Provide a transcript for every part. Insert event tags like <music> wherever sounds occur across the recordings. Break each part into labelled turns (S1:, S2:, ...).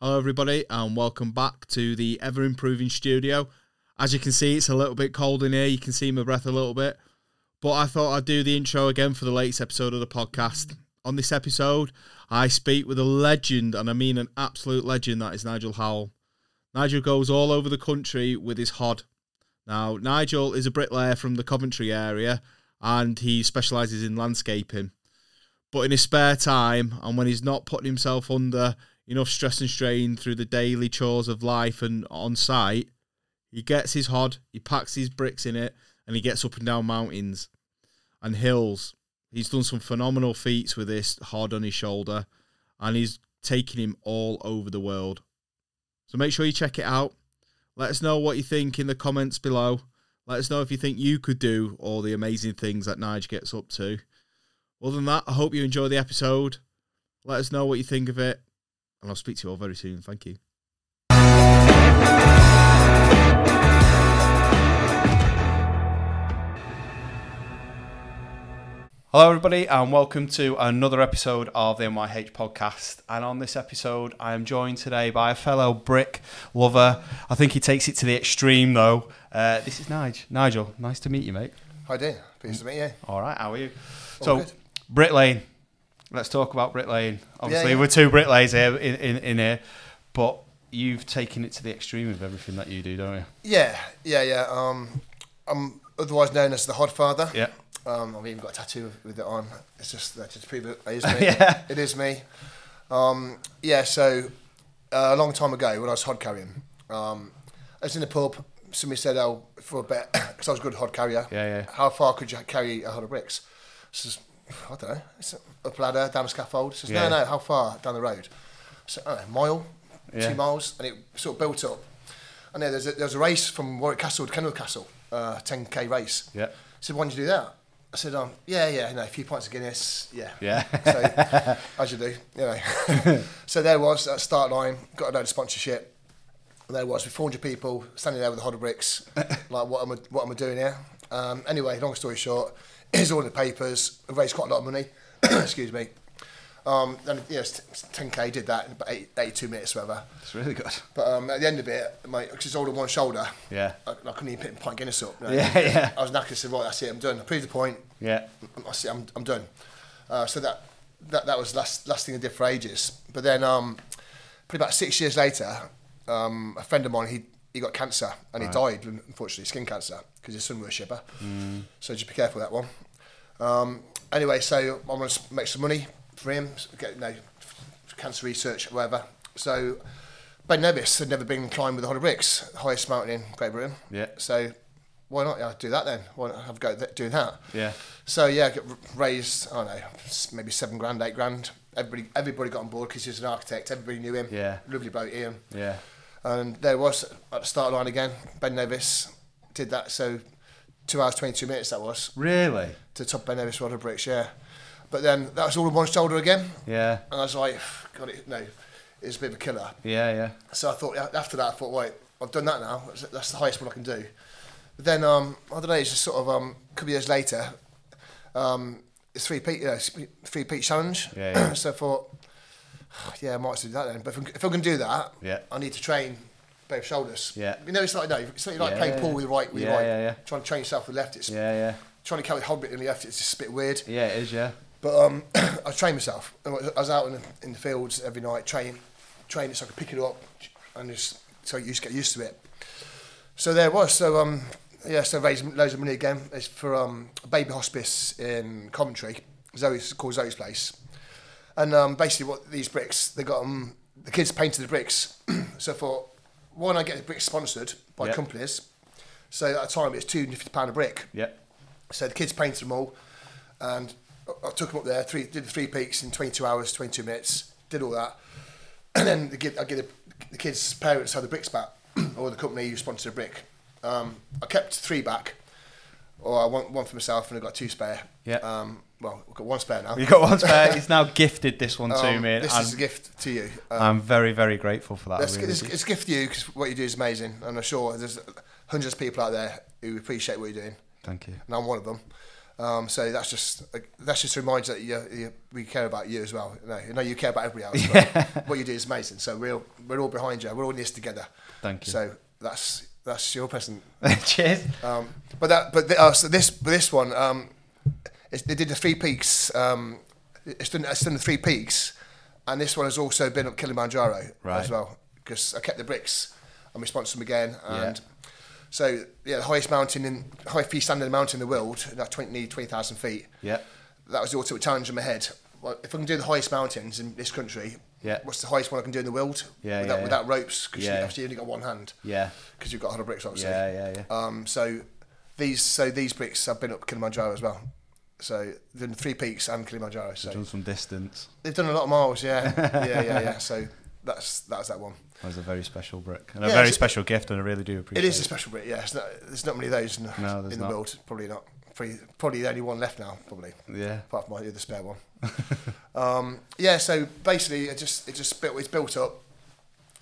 S1: Hello, everybody, and welcome back to the ever improving studio. As you can see, it's a little bit cold in here. You can see my breath a little bit. But I thought I'd do the intro again for the latest episode of the podcast. On this episode, I speak with a legend, and I mean an absolute legend, that is Nigel Howell. Nigel goes all over the country with his hod. Now, Nigel is a bricklayer from the Coventry area, and he specialises in landscaping but in his spare time and when he's not putting himself under enough stress and strain through the daily chores of life and on site, he gets his hod, he packs his bricks in it, and he gets up and down mountains and hills. He's done some phenomenal feats with this hod on his shoulder, and he's taking him all over the world. So make sure you check it out. Let us know what you think in the comments below. Let us know if you think you could do all the amazing things that Nige gets up to. Other than that, I hope you enjoy the episode. Let us know what you think of it, and I'll speak to you all very soon. Thank you. Hello, everybody, and welcome to another episode of the MYH podcast. And on this episode, I am joined today by a fellow brick lover. I think he takes it to the extreme, though. Uh, this is Nigel. Nigel, nice to meet you, mate.
S2: Hi dear, pleased to meet you.
S1: All right, how are you?
S2: All
S1: so,
S2: good.
S1: Brit Lane. Let's talk about Brit Lane. Obviously,
S2: yeah.
S1: we're two Brit Lanes here in, in, in here, but you've taken it to the extreme of everything that you do, don't you?
S2: Yeah, yeah, yeah. Um, I'm otherwise known as the Hodfather.
S1: Yeah.
S2: Um, I've even got a tattoo with- with it on. It's just that's just prove it <laughs> is me.
S1: Yeah.
S2: It is me. Um, yeah. So uh, a long time ago, when I was hod carrying, um, I was in the pub. Somebody said, "Oh, for a bet, <coughs> because I was a good hod carrier.
S1: Yeah, yeah.
S2: How far could you carry a hod of bricks?" It's just, I don't know. It's up a ladder, down a scaffold. It's just,
S1: Yeah.
S2: No, no. How far down the road? So I don't know, mile,
S1: Yeah.
S2: two miles, and it sort of built up. And yeah, there's a, there's a race from Warwick Castle to Kenilworth Castle, uh, 10k race.
S1: Yeah.
S2: I said, why don't you do that? I said, um, yeah, yeah, no, a few pints of Guinness, yeah.
S1: Yeah.
S2: <laughs> So, as you do, you know. <laughs> so there was, that start line, got a load of sponsorship. And There was, with 400 people standing there with a hod of bricks,
S1: <laughs>
S2: like, what am I, what am I doing here? Um, anyway, long story short, it's all in the papers, I raised quite a lot of money, <coughs> excuse me. Um, and yes, 10k did that in about eight, 82 minutes, or whatever.
S1: It's really good.
S2: But um, at the end of it, my because it's all on one shoulder,
S1: Yeah.
S2: I, I couldn't even put a pint Guinness up. you
S1: <laughs>
S2: know.
S1: Yeah, yeah.
S2: I was knackered. Said, right, that's it. I'm done. I proved the point.
S1: Yeah.
S2: I see, I'm, I'm done. Uh, so that, that that was last last thing I did for ages. But then, um, probably about six years later, um, a friend of mine he he got cancer and he died unfortunately skin cancer because his son was a shipper. So just be careful with that one. Um, anyway, so I want to make some money for him, s- get you know, f- cancer research, whatever. So Ben Nevis had never been climbed with the Honda Bricks, highest mountain in Great Britain.
S1: Yeah.
S2: So why not? Yeah, do that then. Why not have a go at th- doing that?
S1: Yeah.
S2: So yeah, I got r- raised. I don't know, s- maybe seven grand, eight grand. Everybody, everybody got on board because he was an architect. Everybody knew him.
S1: Yeah.
S2: Lovely bloke, Ian.
S1: Yeah.
S2: And there was at the start line again. Ben Nevis did that. So two hours twenty two minutes that was
S1: Really?
S2: to top Ben Nevis Roder Bricks. Yeah. But then that was all on one shoulder again,
S1: Yeah.
S2: and I was like, God, it, no, it's a bit of a killer.
S1: Yeah, yeah.
S2: So I thought yeah, after that, I thought, right, I've done that now. That's- That's the highest one I can do. But then um, I don't know. It's just sort of um, a couple of years later. Um, it's three peat, you know, it's three peat challenge.
S1: Yeah, yeah.
S2: <clears throat> so I thought, yeah, I might as well do that then. But if I'm, if I'm going to do that,
S1: Yeah.
S2: I need to train both shoulders.
S1: Yeah.
S2: You know, it's like no, it's like, like
S1: Yeah,
S2: playing
S1: yeah,
S2: pool
S1: yeah.
S2: with your right, with
S1: Yeah,
S2: your right.
S1: yeah, yeah.
S2: Trying to train yourself with left, it's
S1: Yeah, yeah.
S2: trying to carry the whole bit in the left. It's just a bit weird.
S1: Yeah, it is, yeah.
S2: But um, <clears throat> I trained myself. I was out in the, in the fields every night, train, training so I could pick it up, and just so you just get used to it. So there it was. So um, yeah, so raised loads of money again. It's for um, a baby hospice in Coventry. Zoe's called Zoe's place, and um, basically what these bricks they got um, the kids painted the bricks. <clears throat> so for one, I get the bricks sponsored by
S1: Yeah.
S2: companies. So at the time it's two fifty pound a brick.
S1: Yeah.
S2: So the kids painted them all, and I- I took them up there. Three did the three peaks in 22 hours, 22 minutes. Did all that, <clears throat> and then the kid, I get the, the kids' parents had the bricks back, <clears throat> or the company who sponsored the brick. Um, I kept three back, or I want one for myself, and I got two spare.
S1: Yeah.
S2: Um, well, I've got one spare now.
S1: You got one spare. He's now gifted this one to
S2: <laughs> Um,
S1: me.
S2: This
S1: and
S2: is a gift to you. Um,
S1: I'm very, very grateful for that. I
S2: that's,
S1: really
S3: <laughs>
S2: it's,
S1: do.
S2: it's a gift to you because what you do is amazing, and I'm sure there's hundreds of people out there who appreciate what you're doing.
S1: Thank you.
S2: and I'm one of them. Um, so that's just that's just to remind you that you, you, we care about you as well. You know, you, know you care about everybody else. But what you do is amazing. So we're all, we're all behind you. We're all in this together.
S3: Thank you.
S2: So that's that's your present.
S3: Cheers.
S2: Um, but that but the, uh, so this but this one um, it, they did the three peaks. Um, it's done it's done the three peaks, and this one has also been up Kilimanjaro
S3: Right.
S2: as well because I kept the bricks. and we sponsored them again and. So yeah, the highest mountain in highest peak standing mountain in the world, that 20 20,000 feet.
S3: Yeah.
S2: That was the ultimate challenge in my head. Well, if I can do the highest mountains in this country,
S3: Yeah.
S2: what's the highest one I can do in the world?
S3: Yeah,
S2: without,
S3: yeah, yeah.
S2: without ropes, because
S3: Yeah.
S2: you have to only got one hand.
S3: Yeah.
S2: because you've got a hundred bricks obviously.
S3: Yeah, yeah, yeah.
S2: Um, so these so these bricks have been up Kilimanjaro as well. So then three peaks and Kilimanjaro. So
S3: Done some distance.
S2: they've done a lot of miles.
S3: <laughs>
S2: Yeah, yeah, yeah, yeah. So that's that's that one.
S3: That was a very special brick and a
S2: Yeah,
S3: very
S2: it's-
S3: special gift, and I really do appreciate
S2: It
S3: it.
S2: is a special brick. Yeah, it's not, there's not many of those in, the-
S3: No, there's
S2: in the
S3: not.
S2: world. Probably not. Probably, probably the only one left now. Probably
S3: Yeah.
S2: apart from my other spare one. <laughs> um, yeah, so basically, it just it just built it's built up,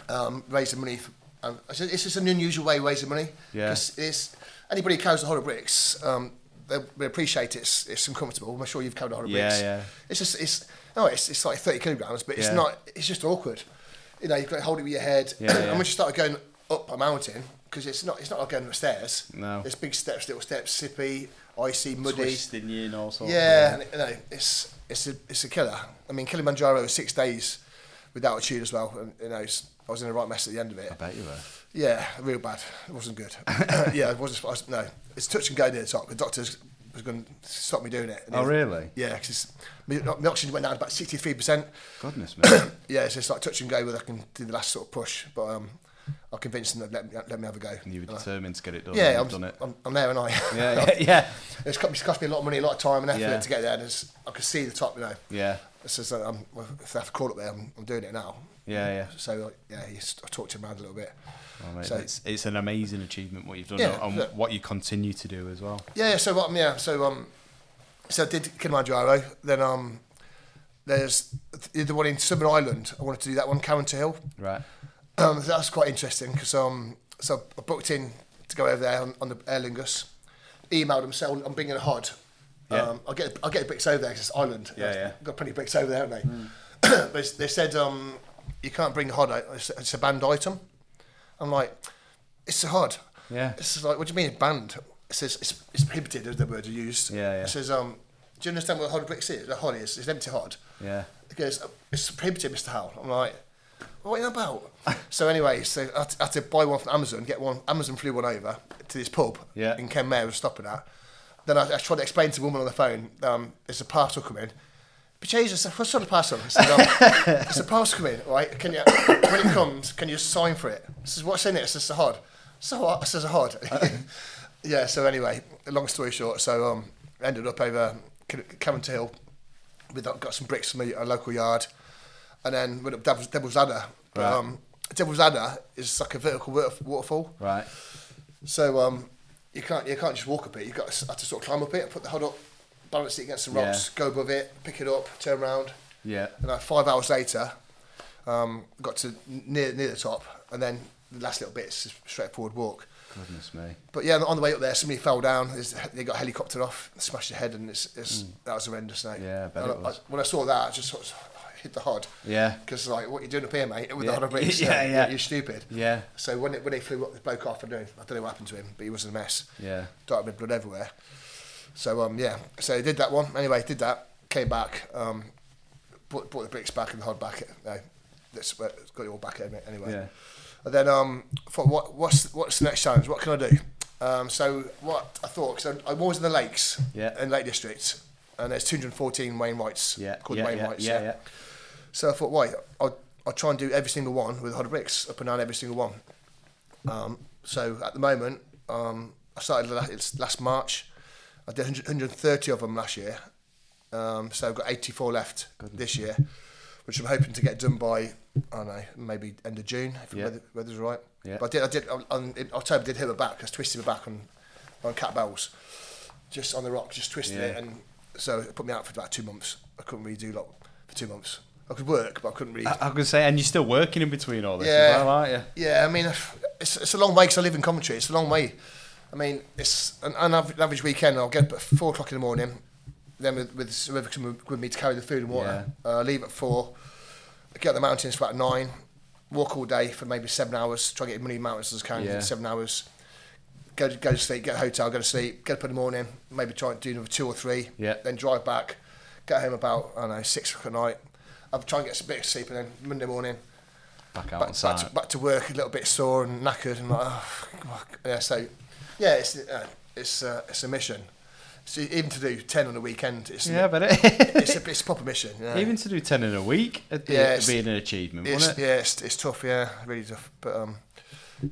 S2: um, raising money. For, um, it's just- it's just an unusual way of raising money.
S3: Yeah.
S2: 'Cause It's anybody who carries a whole of bricks, um, they, they appreciate it. It's, it's uncomfortable. I'm sure you've carried a whole of
S3: Yeah,
S2: bricks.
S3: yeah.
S2: It's just it's no, it's it's like thirty kilograms, but it's
S3: Yeah.
S2: not. It's just awkward. You know, you've got to hold it with your head.
S3: Yeah, yeah.
S2: and once you start going up a mountain, because it's not it's not like going up stairs.
S3: No.
S2: There's big steps, little steps, sippy, icy, muddy.
S3: Twisting you and all sorts.
S2: Yeah, Oh, and, you know, it's it's a it's a killer. I mean, Kilimanjaro was six days with altitude as well, and you know, it's- I was in the right mess at the end of it.
S3: I bet you were.
S2: Yeah, real bad. It wasn't
S3: <laughs>
S2: good. <laughs> yeah, it wasn't. I was- no, it's touch and go near the top. The doctor was going to stop me doing it. and
S3: Oh,
S2: he-
S3: really?
S2: Yeah, because my my oxygen went down about sixty three percent.
S3: Goodness
S2: <coughs>
S3: me.
S2: Yeah, it's just like touch and go whether I can do the last sort of push, but um, I convinced them to let me, let me have a go.
S3: And you were
S2: And I-
S3: determined to get it done.
S2: Uh, yeah,
S3: and
S2: I'm,
S3: you've
S2: <laughs>
S3: done it.
S2: I'm, I'm there and I.
S3: yeah, yeah, yeah,
S2: <laughs> It's cost, it's cost me a lot of money, a lot of time and effort
S3: Yeah.
S2: to get there. And it's, I could see the top, you know.
S3: yeah,
S2: So, so I'm, well, if I have to call up there, I'm, I'm doing it now.
S3: yeah, yeah.
S2: So like, yeah, he's, I talked to him around a little bit.
S3: Well, mate,
S2: So-
S3: it's, it's an amazing achievement what you've done
S2: Yeah,
S3: and
S2: look.
S3: what you continue to do as well.
S2: Yeah, yeah, so what? Um, yeah, so um, so I did Kilimanjaro. Then um, there's the the one in Southern Ireland. I wanted to do that one, Cowan to Hill.
S3: Right.
S2: Um, that's quite interesting because um, so I booked in to go over there on, on the Aer Lingus. Emailed them, said I'm bringing a hod.
S3: Yeah.
S2: Um, I'll get I'll get bricks over there 'cause it's Ireland.
S3: Yeah, yeah. Mm.
S2: Got plenty of bricks over there, haven't they? <clears throat> they, s- they said um, you can't bring the hod. out, It's, it's a banned item. I'm like, it's a hod.
S3: Yeah.
S2: It's like, what do you mean it's banned? It says it's, it's prohibited. Is the word you used?
S3: Yeah, yeah.
S2: It says um, do you understand what a hod of bricks is? A hod is it's an empty hod.
S3: Yeah.
S2: He goes, it's prohibited, Mr. Howell. I'm like, what are you on about? so anyway, so I had, to, I had to buy one from Amazon, get one. Amazon flew one over to this pub
S3: Yeah.
S2: in Kenmare, I was stopping at. Then I, I tried to explain to the woman on the phone, um, there's a parcel coming. But Jesus, what sort of parcel? I said, um, it's a parcel coming, right? Can you, when it comes, can you sign for it? She says, what's in it? I says, a hod. So what? I says, a hod. <laughs> yeah, so anyway, long story short, so um, ended up over Covent Hill we got got some bricks from a, a local yard, and then went up Devil's, Devil's Ladder. But,
S3: Right.
S2: um, Devil's Ladder is like a vertical water, waterfall,
S3: Right.
S2: so um, you can't you can't just walk up it. You have got to, s- have to sort of climb up it, put the hod up, balance it against the rocks,
S3: Yeah.
S2: go above it, pick it up, turn around.
S3: Yeah.
S2: And like five hours later, um, got to n- near near the top, and then the last little bit is just straightforward walk.
S3: Goodness me.
S2: But yeah, on the way up there, somebody fell down. His- They got helicoptered off, smashed their head, and it's, it's that was horrendous. Mate.
S3: Hmm. Yeah, I bet
S2: And
S3: it was.
S2: when I saw that, I just sort of hit the hod.
S3: Yeah.
S2: Because like, what you doing up here, mate? With
S3: Yeah.
S2: the hod on bricks?
S3: <laughs>
S2: uh,
S3: Yeah,
S2: you-
S3: yeah.
S2: You're stupid.
S3: Yeah.
S2: So when it, when they flew up the bloke off, I don't know, I don't know what happened to him, but he was a mess.
S3: Yeah.
S2: Dark red blood everywhere. So um, yeah. So I did that one anyway. Did that. Came back. Um, brought, brought the bricks back and the hod back. No, that's got it all back in it anyway.
S3: Yeah.
S2: And then um, thought, what, what's what's the next challenge? What can I do? Um, so what I thought, because I'm always in the lakes,
S3: Yeah.
S2: in Lake District, and there's 214 Wainwrights,
S3: Yeah.
S2: called
S3: yeah, yeah,
S2: Wainwrights.
S3: yeah. Yeah.
S2: So I thought, why? I'll, I'll try and do every single one with a hot bricks, up and down every single one. Um, so at the moment, um, I started la- it's last March. I did 100, 130 of them last year. Um, so I've got 84 left this year, which I'm hoping to get done by, I don't know, maybe end of June, if the
S3: Yeah.
S2: weather, weather's right.
S3: Yeah.
S2: But I did, I did, on, on, in October, I did hit my back, I was twisting my back on, on cat bells, just on the rock, just twisted
S3: Yeah.
S2: it. And so it put me out for about two months. I couldn't really do a lot for two months. I could work, but I couldn't really.
S3: I, I could say, and you're still working in between all this
S2: Yeah.
S3: as well, aren't you?
S2: yeah, I mean, it's, it's a long way because I live in Coventry. It's a long way. I I mean, it's an, an average, average weekend. I'll get up at four o'clock in the morning, then with with whoever can with- with me to carry the food and water. Uh, leave at four, get up the mountains for about nine, walk all day for maybe seven hours. Try to get as many mountains as I can.
S3: Yeah.
S2: in Seven hours. Go to, go to sleep, get a hotel, go to sleep, get up in the morning, maybe try and do another two or three.
S3: Yeah.
S2: Then drive back, get home about I don't know six o'clock at night. I'll try and get a bit of sleep, and then Monday morning
S3: Back out
S2: back,
S3: on
S2: back,
S3: site.
S2: to, back to work a little bit sore and knackered and like, oh, fuck. yeah. So, yeah, it's uh, it's uh, it's a mission. So e, even to do ten on a weekend, it's
S3: yeah, but
S2: <laughs> it's,
S3: it,
S2: a, it's a proper mission. You know?
S3: even to do ten in a week, it'd be,
S2: Yeah,
S3: it'd be
S2: it's-
S3: an achievement,
S2: it's,
S3: wouldn't it?
S2: yeah, it's, it's tough. Yeah, really tough. But um,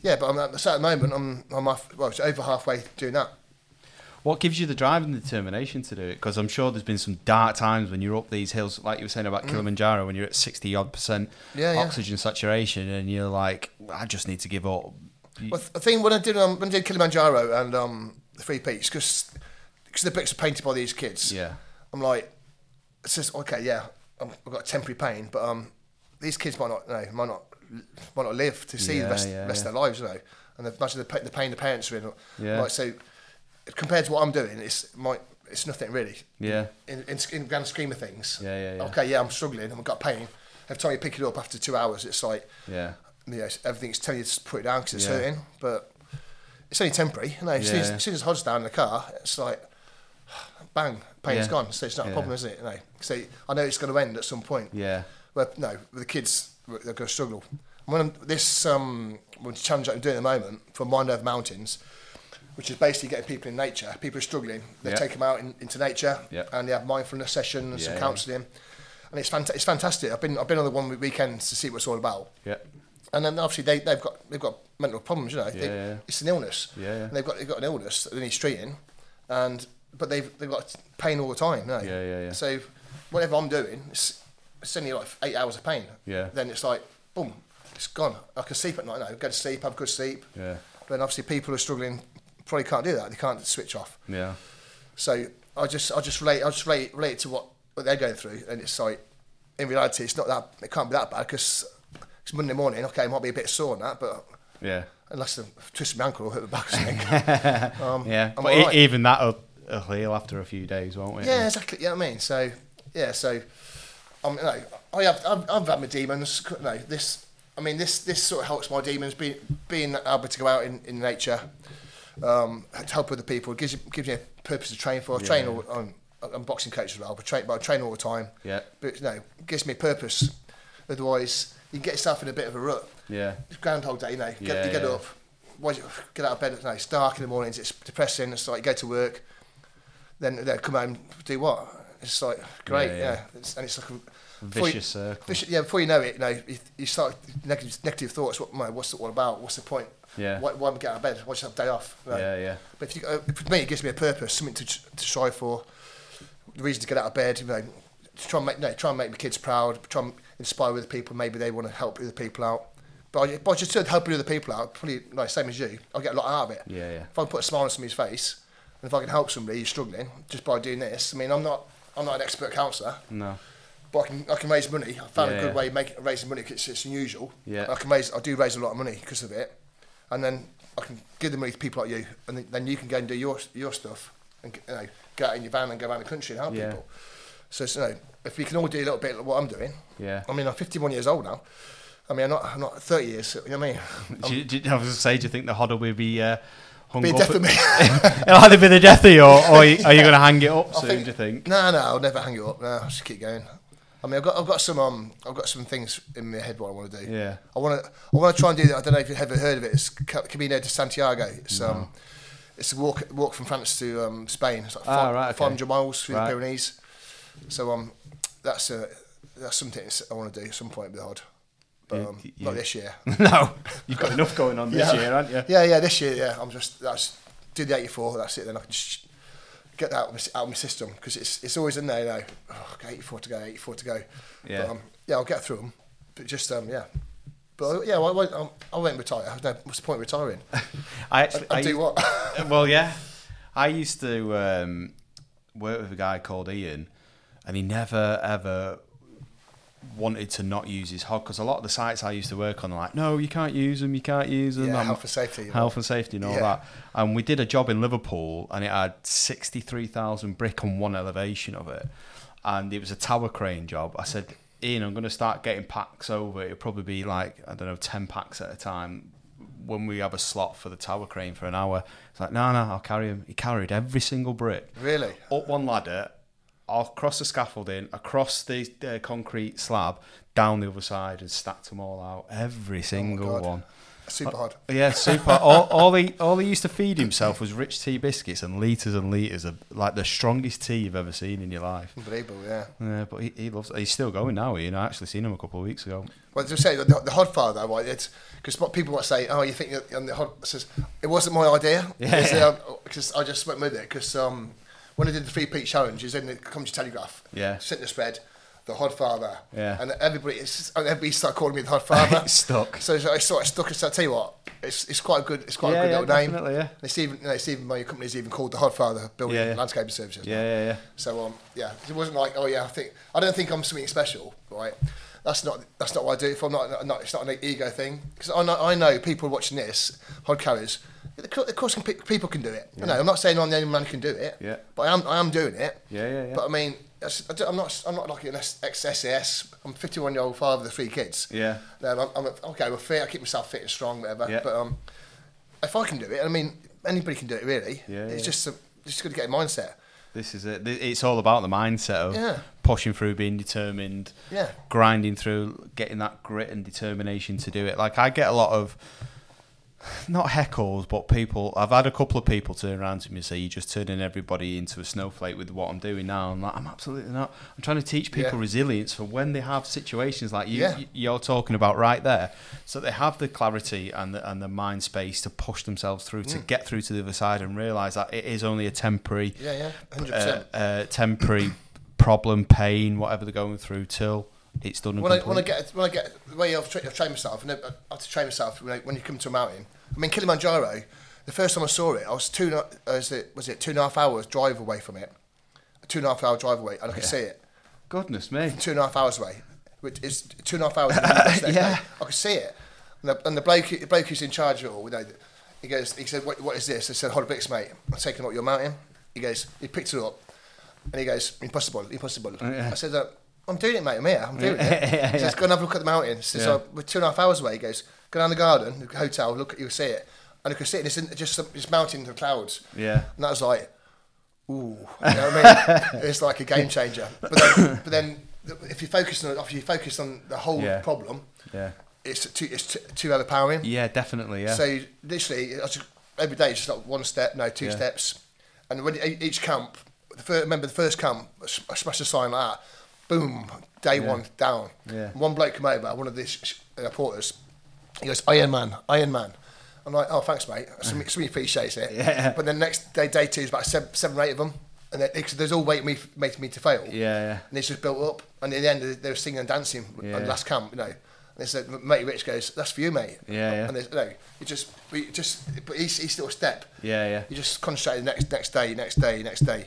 S2: yeah, but I'm at, so at the moment I'm I'm half, well, it's over halfway doing that.
S3: What gives you the drive and determination to do it? Because I'm sure there's been some dark times when you're up these hills, like you were saying about Kilimanjaro, when you're at sixty odd percent
S2: Mm. Yeah, yeah.
S3: oxygen saturation, and you're like, I just need to give up. You-
S2: Well, I think when I did um, when I did Kilimanjaro and um, the Three Peaks, because the books are painted by these kids.
S3: yeah,
S2: I'm like, it's just okay, yeah, I'm, I've got temporary pain, but um, these kids might not, know, might not, might not live to see
S3: Yeah,
S2: the rest,
S3: yeah,
S2: rest
S3: yeah.
S2: of their lives, you know. And the, imagine the, pa- the pain the parents are in.
S3: Yeah.
S2: Like, so compared to what I'm doing, it's my, it's nothing really.
S3: yeah,
S2: In, in, in grand scheme of things.
S3: Yeah, yeah, yeah.
S2: Okay, yeah, I'm struggling. I've got pain. Every time you pick it up after two hours, it's like,
S3: yeah.
S2: you know, everything's telling you to put it down because it's
S3: Yeah.
S2: hurting, but it's only temporary. You know, as, soon as,
S3: Yeah.
S2: as soon as Hod's down in the car, it's like, <sighs> bang, pain's
S3: Yeah.
S2: gone. So it's not
S3: Yeah.
S2: a problem, is it? You know, so I know it's going to end at some point.
S3: Yeah.
S2: Well, no, with the kids, they're going to struggle. When I'm, this um, one challenge that I'm doing at the moment from Mind Over Mountains, which is basically getting people in nature, people who are struggling, they
S3: Yeah.
S2: take them out in, into nature
S3: Yeah.
S2: and they have mindfulness sessions, and
S3: Yeah,
S2: some
S3: yeah.
S2: counselling. And it's, fant- it's fantastic. I've been, I've been on the one weekend to see what it's all about
S3: Yeah.
S2: and then obviously they, they've got they've got mental problems, you know. They,
S3: Yeah, yeah.
S2: It's an illness.
S3: Yeah, yeah.
S2: And they've got they've got an illness that they need treating, and but they've they've got pain all the time, you know.
S3: Yeah, yeah, yeah.
S2: So whatever I'm doing, it's, it's only like eight hours of pain.
S3: Yeah.
S2: Then it's like boom, it's gone. I can sleep at night now. Go to sleep, have good sleep.
S3: Yeah.
S2: Then obviously people who are struggling probably can't do that. They can't switch off.
S3: Yeah.
S2: So I just I just relate I just relate relate to what, what they're going through, and it's like in reality it's not that it can't be that bad because it's Monday morning. Okay, I might be a bit sore and that, but
S3: Yeah.
S2: unless I twist my ankle or hit my back or something.
S3: <laughs>
S2: um,
S3: Yeah,
S2: I'm
S3: but e-
S2: alright.
S3: even that'll, it'll heal after a few days, won't it?
S2: yeah, exactly. You know what I mean? So yeah, so um, you know, I have I've, I've had my demons. c- No, this I mean this this sort of helps my demons being being able to go out in, in nature, um, to help other people. It gives you gives you a purpose to train for. I train
S3: Yeah.
S2: all I'm, I'm a boxing coach as well, but train but I train all the time.
S3: Yeah.
S2: but no, it gives me purpose. Otherwise, you get yourself in a bit of a rut.
S3: Yeah.
S2: It's Groundhog Day, you know. Get,
S3: Yeah,
S2: you get
S3: yeah.
S2: up, why do you- get out of bed at night. It's dark in the mornings. It's depressing. It's like you go to work, then then come home, do what? It's like great,
S3: Yeah,
S2: yeah.
S3: yeah.
S2: It's, and it's like a before
S3: Vicious circle.
S2: You, vicious- yeah, before you know it, you know, you, you start negative negative thoughts. What, mate, what's it all about? What's the point?
S3: Yeah.
S2: Why, why am I getting out of bed? Why should I have a day off? You know?
S3: Yeah, yeah.
S2: But if you, uh, for me, it gives me a purpose, something to, to strive for, the reason to get out of bed, you know, to try and make, no, try and make my kids proud, try and inspire other people. Maybe they want to help other people out. But I, but I just started helping other people out, probably like same as you. I get a lot out of it.
S3: Yeah, yeah.
S2: If I can put a smile on somebody's face, and if I can help somebody who's struggling just by doing this, I mean, I'm not, I'm not an expert counsellor,
S3: No.
S2: but I can, I can raise money. I found
S3: Yeah,
S2: a good
S3: yeah.
S2: way of making, raising money because it's unusual.
S3: Yeah.
S2: I can raise, I do raise a lot of money because of it, and then I can give the money to people like you, and then, then you can go and do your your stuff, and you know, get out in your van and go around the country and help
S3: Yeah.
S2: people. So, it's, you know, if we can all do a little bit of what I'm doing,
S3: Yeah.
S2: I mean, I'm 51 years old now. I mean, I'm not, I'm not 30 years. so, You know what I
S3: <laughs>
S2: mean?
S3: Do you, do you, I was going to say, do you think the hodder will be uh, hung
S2: Be
S3: up?
S2: death
S3: at- <laughs>
S2: of me.
S3: It'll either be the death of you, or, or you- are you going to hang it up
S2: I
S3: soon? Do you think? <laughs>
S2: No, no, I'll never hang it up. No, I'll just keep going. I mean, I've got, I've got some, um, I've got some things in my head what I want to do.
S3: Yeah.
S2: I want to, I want to try and do that. I don't know if you've ever heard of it. It's Ca- Camino de Santiago. It's um, it's a walk, walk from France to um, Spain. It's like
S3: Ah,
S2: fi-
S3: right, okay.
S2: 500 miles through
S3: Right.
S2: the Pyrenees. So um, that's a, that's something that's- I want to do at some point with the Hod, but
S3: Yeah,
S2: um,
S3: y-
S2: not
S3: yeah.
S2: this year.
S3: no, you've got enough going on this year, haven't you?
S2: <laughs> Yeah, yeah, this year, yeah. I'm just that's do the 84. That's it. Then I can just get that out of my, out of my system because it's it's always in there. You know, oh, I've got 84 to go, 84 to go.
S3: Yeah.
S2: but, um, yeah. I'll get through them, but just um, yeah. But uh, yeah, I won't. um, I won't retire. No, what's the point of
S3: <laughs>
S2: retiring?
S3: I actually,
S2: I
S3: I
S2: do what? <laughs>
S3: used- <laughs> well, yeah. I used to um, work with a guy called Ian, and he never ever wanted to not use his hog because a lot of the sites I used to work on are like, no, you can't use them, you can't use them.
S2: Yeah,
S3: I'm-
S2: health and safety.
S3: Health and safety and all
S2: Yeah.
S3: that. And we did a job in Liverpool and it had 63,000 brick on one elevation of it. And it was a tower crane job. I said, Ian, I'm going to start getting packs over. It'll probably be like, I don't know, 10 packs at a time when we have a slot for the tower crane for an hour. It's like, no, no, I'll carry him. He carried every single brick
S2: Really?
S3: up one ladder, across the scaffolding, across the uh, concrete slab, down the other side, and stacked them all out. Every single
S2: Oh God.
S3: one.
S2: Super hard.
S3: Yeah, super. all, all he all he used to feed himself was rich tea biscuits and liters and liters of like the strongest tea you've ever seen in your life.
S2: Unbelievable, yeah.
S3: Yeah, but he, he loves. He's still going now. You know, I actually seen him a couple of weeks ago.
S2: Well, to say the, the hod fire though, right? It's because what people might say, oh, you think you're on the hod? It says it wasn't my idea.
S3: <laughs> Yeah.
S2: Because I just went with it. Because um, when I did the three peak challenge, it was in the Comedy Telegraph.
S3: Yeah.
S2: Sent the spread, the hod father.
S3: Yeah.
S2: And everybody, it's just, and everybody started calling me the hod father.
S3: It's <laughs> stuck.
S2: So it's, it's sort of stuck. So I tell you what, it's, it's quite a good, it's quite
S3: Yeah,
S2: a good
S3: yeah,
S2: little name.
S3: definitely, yeah.
S2: It's even, you know, it's even my company's even called the hod father building
S3: Yeah, yeah.
S2: landscaping services.
S3: Yeah, yeah, yeah.
S2: So um, yeah, it wasn't like oh yeah, I think I don't think I'm something special, right? That's not that's not what I do. If I'm not, not- it's not an ego thing because I know, I know people watching this hod carriers. Of course, of course pe- people can do it. You know, I'm not saying I'm the only man who can do it.
S3: Yeah.
S2: But I am I am doing it.
S3: Yeah, yeah, yeah.
S2: But I mean, that's- I am not I'm not like an ex-SAS. I'm 51 year old father of three kids.
S3: Yeah.
S2: No, I'm, I'm a- okay. We're fit. I keep myself fit and strong, whatever.
S3: Yeah.
S2: But um, if I can do it, I mean, anybody can do it really.
S3: Yeah,
S2: It's
S3: yeah.
S2: just a, just got to get a mindset.
S3: This is it. Th- It's all about the mindset of
S2: Yeah.
S3: pushing through, being determined,
S2: Yeah.
S3: grinding through, getting that grit and determination to do it. Like I get a lot of not heckles, but people. I've had a couple of people turn around to me and say, "You're just turning everybody into a snowflake with what I'm doing now." I'm like, "I'm absolutely not. I'm trying to teach people
S2: Yeah.
S3: resilience for when they have situations like you,
S2: Yeah.
S3: you're talking about right there, so they have the clarity and the, and the mind space to push themselves through
S2: Mm.
S3: to get through to the other side and realize that it is only a temporary
S2: Yeah, yeah, 100%.
S3: uh, uh, temporary problem, pain, whatever they're going through till it's done. And
S2: when I, when I
S3: complete.
S2: get when I get the way I've, tra- I've trained myself and I I have to train myself when, I, when you come to a mountain. I mean Kilimanjaro. The first time I saw it, I was two and a- uh, was it was it two and a half hours drive away from it, a two and a half hour drive away, and I could see it
S3: goodness me,
S2: <laughs> two and a half hours away, which is two and a half
S3: <laughs>
S2: hours. away.
S3: Yeah.
S2: I could see it, and the, and the bloke the bloke who's in charge of it all, you know, he goes, he said, what, what is this? I said, hold bricks, mate. I'm taking up your mountain. He goes, he picked it up, and he goes, impossible, impossible.
S3: Oh, Yeah.
S2: I said. Uh, I'm doing it, mate. I'm here. I'm doing it.
S3: <laughs> Yeah.
S2: He says, go and have a look at the mountain. He says,
S3: Yeah.
S2: "Oh, we're two and a half hours away. He goes, go down the garden, the hotel, look, you'll see it. And I could see it. It's in- just some, this mountain of clouds.
S3: Yeah.
S2: And that was like, ooh, you know what I mean? it's like a game changer. But then, but then if you focus on if you focus on the whole
S3: Yeah.
S2: problem,
S3: yeah,
S2: it's too it's too, too overpowering.
S3: yeah, definitely, yeah,
S2: So you- literally, I just, every day it's just like one step, no two
S3: Yeah.
S2: steps, and when e- each camp, the first, remember the first camp, I s- I smashed a sign like that, boom, day one down.
S3: Yeah.
S2: And one bloke came over, one of these sh- uh, porters, he goes, Iron Man, Iron Man. I'm like, oh, thanks, mate. Somebody, somebody appreciates it.
S3: Yeah.
S2: But then next day, day two is about seven, seven or eight of them, and they, cause there's all waiting me, making me to fail.
S3: yeah,
S2: And it's just built up. And in the end, they- they were singing and dancing
S3: Yeah.
S2: at the last camp, you know. And they said, mate, Rich goes, that's for you, mate.
S3: Yeah, yeah.
S2: And there's, you know, you just, but you just, but each, each little step,
S3: yeah, yeah,
S2: you just concentrate the next, next day, next day, next day.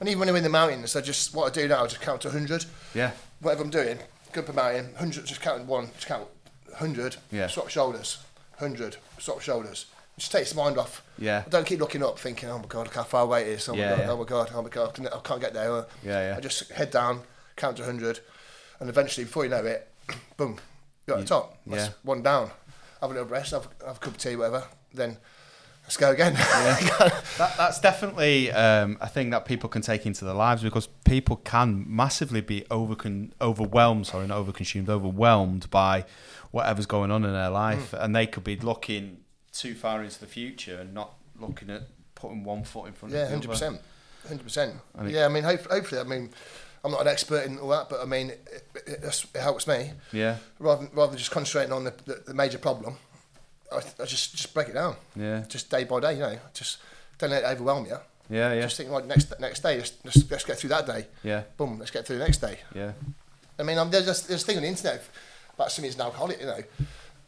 S2: And even when I'm in the mountains, I just, what I do now, I just count to 100.
S3: yeah,
S2: Whatever I'm doing, go up a mountain, 100, just count one, just count 100,
S3: Yeah.
S2: swap shoulders, 100, swap shoulders. Just takes the mind off.
S3: Yeah.
S2: I don't keep looking up thinking, oh my God, look how far away it is. Oh my
S3: Yeah,
S2: God,
S3: yeah.
S2: oh my God, oh my God, I can- I can't get there. Uh,
S3: Yeah, yeah.
S2: I just head down, count to 100, and eventually, before you know it, <clears throat> boom, you're at the top. That's
S3: yeah.
S2: one down. Have a little rest, have, have a cup of tea, whatever. Then let's go again. <laughs>
S3: That, that's definitely um, a thing that people can take into their lives because people can massively be over overwhelmed, sorry, not overconsumed, overwhelmed by whatever's going on in their life,
S2: Mm.
S3: and they could be looking too far into the future and not looking at putting one foot in front
S2: Yeah,
S3: of the
S2: hundred
S3: other.
S2: percent, hundred percent.
S3: I mean-
S2: Yeah, I mean, hope, hopefully, I mean, I'm not an expert in all that, but I mean, it, it, that's- it helps me
S3: Yeah,
S2: rather than, rather than just concentrating on the, the, the major problem. I, I just just break it down,
S3: yeah,
S2: just day by day. You know, just don't let it overwhelm you.
S3: yeah, yeah,
S2: Just think like next next day, let's, let's, let's get through that day.
S3: yeah,
S2: Boom, let's get through the next day.
S3: yeah.
S2: I mean, I'm, there's this, there's a thing on the internet about somebody's an alcoholic, you know,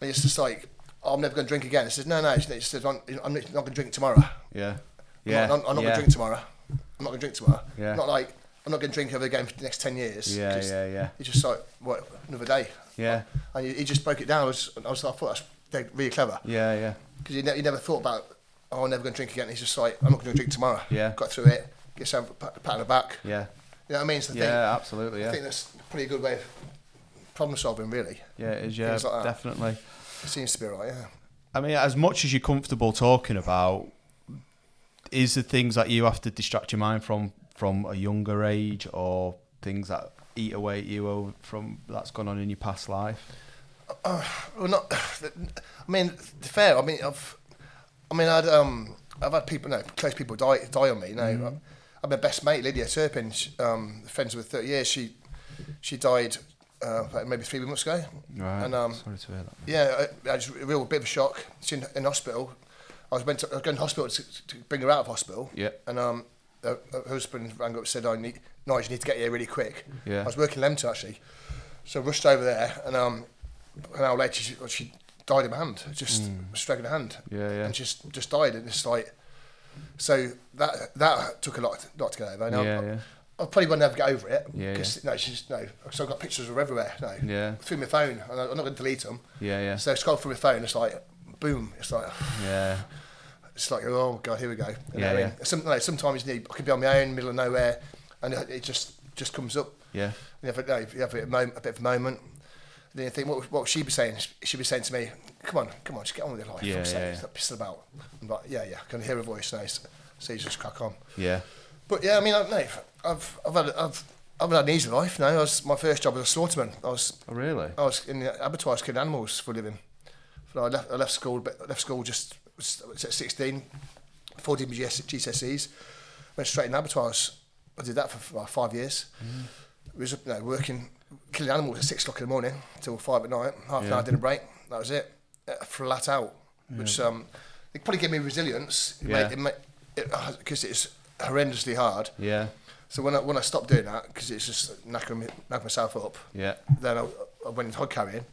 S2: and it's just like. "Oh, I'm never going to drink again. It says no, no. It says I'm, I'm not going to drink tomorrow.
S3: Yeah.
S2: I'm not- I'm, I'm not,
S3: yeah.
S2: gonna drink tomorrow. I'm not gonna drink tomorrow.
S3: Yeah.
S2: Not like I'm not going to drink ever again for the next ten years.
S3: Yeah,
S2: 'cause
S3: yeah, yeah.
S2: It's just like what another day.
S3: Yeah.
S2: And he, he just broke it down. I was, I was, I thought that's dead- really clever
S3: Yeah, yeah.
S2: because you, ne- you never thought about oh I'm never going to drink again. He's just like I'm not going to drink tomorrow.
S3: Yeah.
S2: Got through it. Get some pat, pat on the back.
S3: Yeah.
S2: You know what I mean? It's the
S3: Yeah,
S2: thing.
S3: absolutely.
S2: I
S3: Yeah.
S2: think that's pretty good way of problem solving. Really,
S3: Yeah, it is. Yeah,
S2: Things like that.
S3: definitely.
S2: it seems to be right. Yeah.
S3: I mean, as much as you're comfortable talking about, is the things that you have to distract your mind from from a younger age, or things that eat away at you o- from that's gone on in your past life?
S2: Well, not. <sighs> I mean, fair. I mean, I've. I mean, I'd um, I've had people, no, close people die die on me. No, I, my best mate Lydia Turpin, sh um, friends with thirty years. She, she died, uh, like maybe three months ago.
S3: Right.
S2: And um,
S3: Sorry to hear that.
S2: yeah, I, I was a real bit of a shock. She's in, in hospital. I was went to, I was going to hospital to, to bring her out of hospital.
S3: Yeah.
S2: And um, her, her husband rang up and said, "I need, Nigel, you need to get here really quick."
S3: Yeah.
S2: I was working in Leamington actually, so I rushed over there, and um, an hour later she, she died in my hand, just stroking her hand.
S3: Hmm. Yeah, yeah.
S2: And just just died, and it's like, so that that took a lot, lot to get over. And I-
S3: Yeah,
S2: I,
S3: yeah.
S2: I probably won't ever get over it.
S3: Yeah,
S2: Because no, she's no. So I've got pictures of her everywhere. No.
S3: Yeah.
S2: Through my phone, and I- I'm not going to delete them.
S3: Yeah, yeah.
S2: So I scroll through my phone, it's like, boom, it's like,
S3: Yeah.
S2: it's like, oh god, here we go. You know what
S3: Yeah,
S2: I mean?
S3: yeah.
S2: Some, like, sometimes you know, I could be on my own, middle of nowhere, and it it just just comes up.
S3: Yeah.
S2: You have, a, you have a, moment, a bit of a moment. Then you think, what, would- what would she be saying? She'd be saying to me, come on, come on, just get on with your life.
S3: Yeah,
S2: I'm
S3: yeah,
S2: saying,
S3: yeah.
S2: stop pissing about. I'm like, yeah, yeah, I can hear a voice now, so, so you just crack on.
S3: Yeah.
S2: But yeah, I mean, I don't know. I've, I've, had, I've, I've had an easy life now. I was, my first job was a slaughterman. I was
S3: Oh, really?
S2: I was in the abattoir, I was killing animals for a living. So I left, I left school, but left school just was at 16, four DBGS, GCSEs, went straight in abattoirs. I did that for about five years.
S3: Mm-hmm.
S2: It was you know, working, killing animals at six o'clock in the morning till five at night, half an
S3: Yeah.
S2: hour dinner break, that was it, Uh, flat out, which um, it probably gave me resilience. It
S3: Yeah.
S2: yeah. because it's horrendously hard.
S3: Yeah.
S2: So when I, when I stopped doing that, because it's just knacking, me, knacking myself up,
S3: Yeah. <laughs>
S2: then I, I went into hod carrying.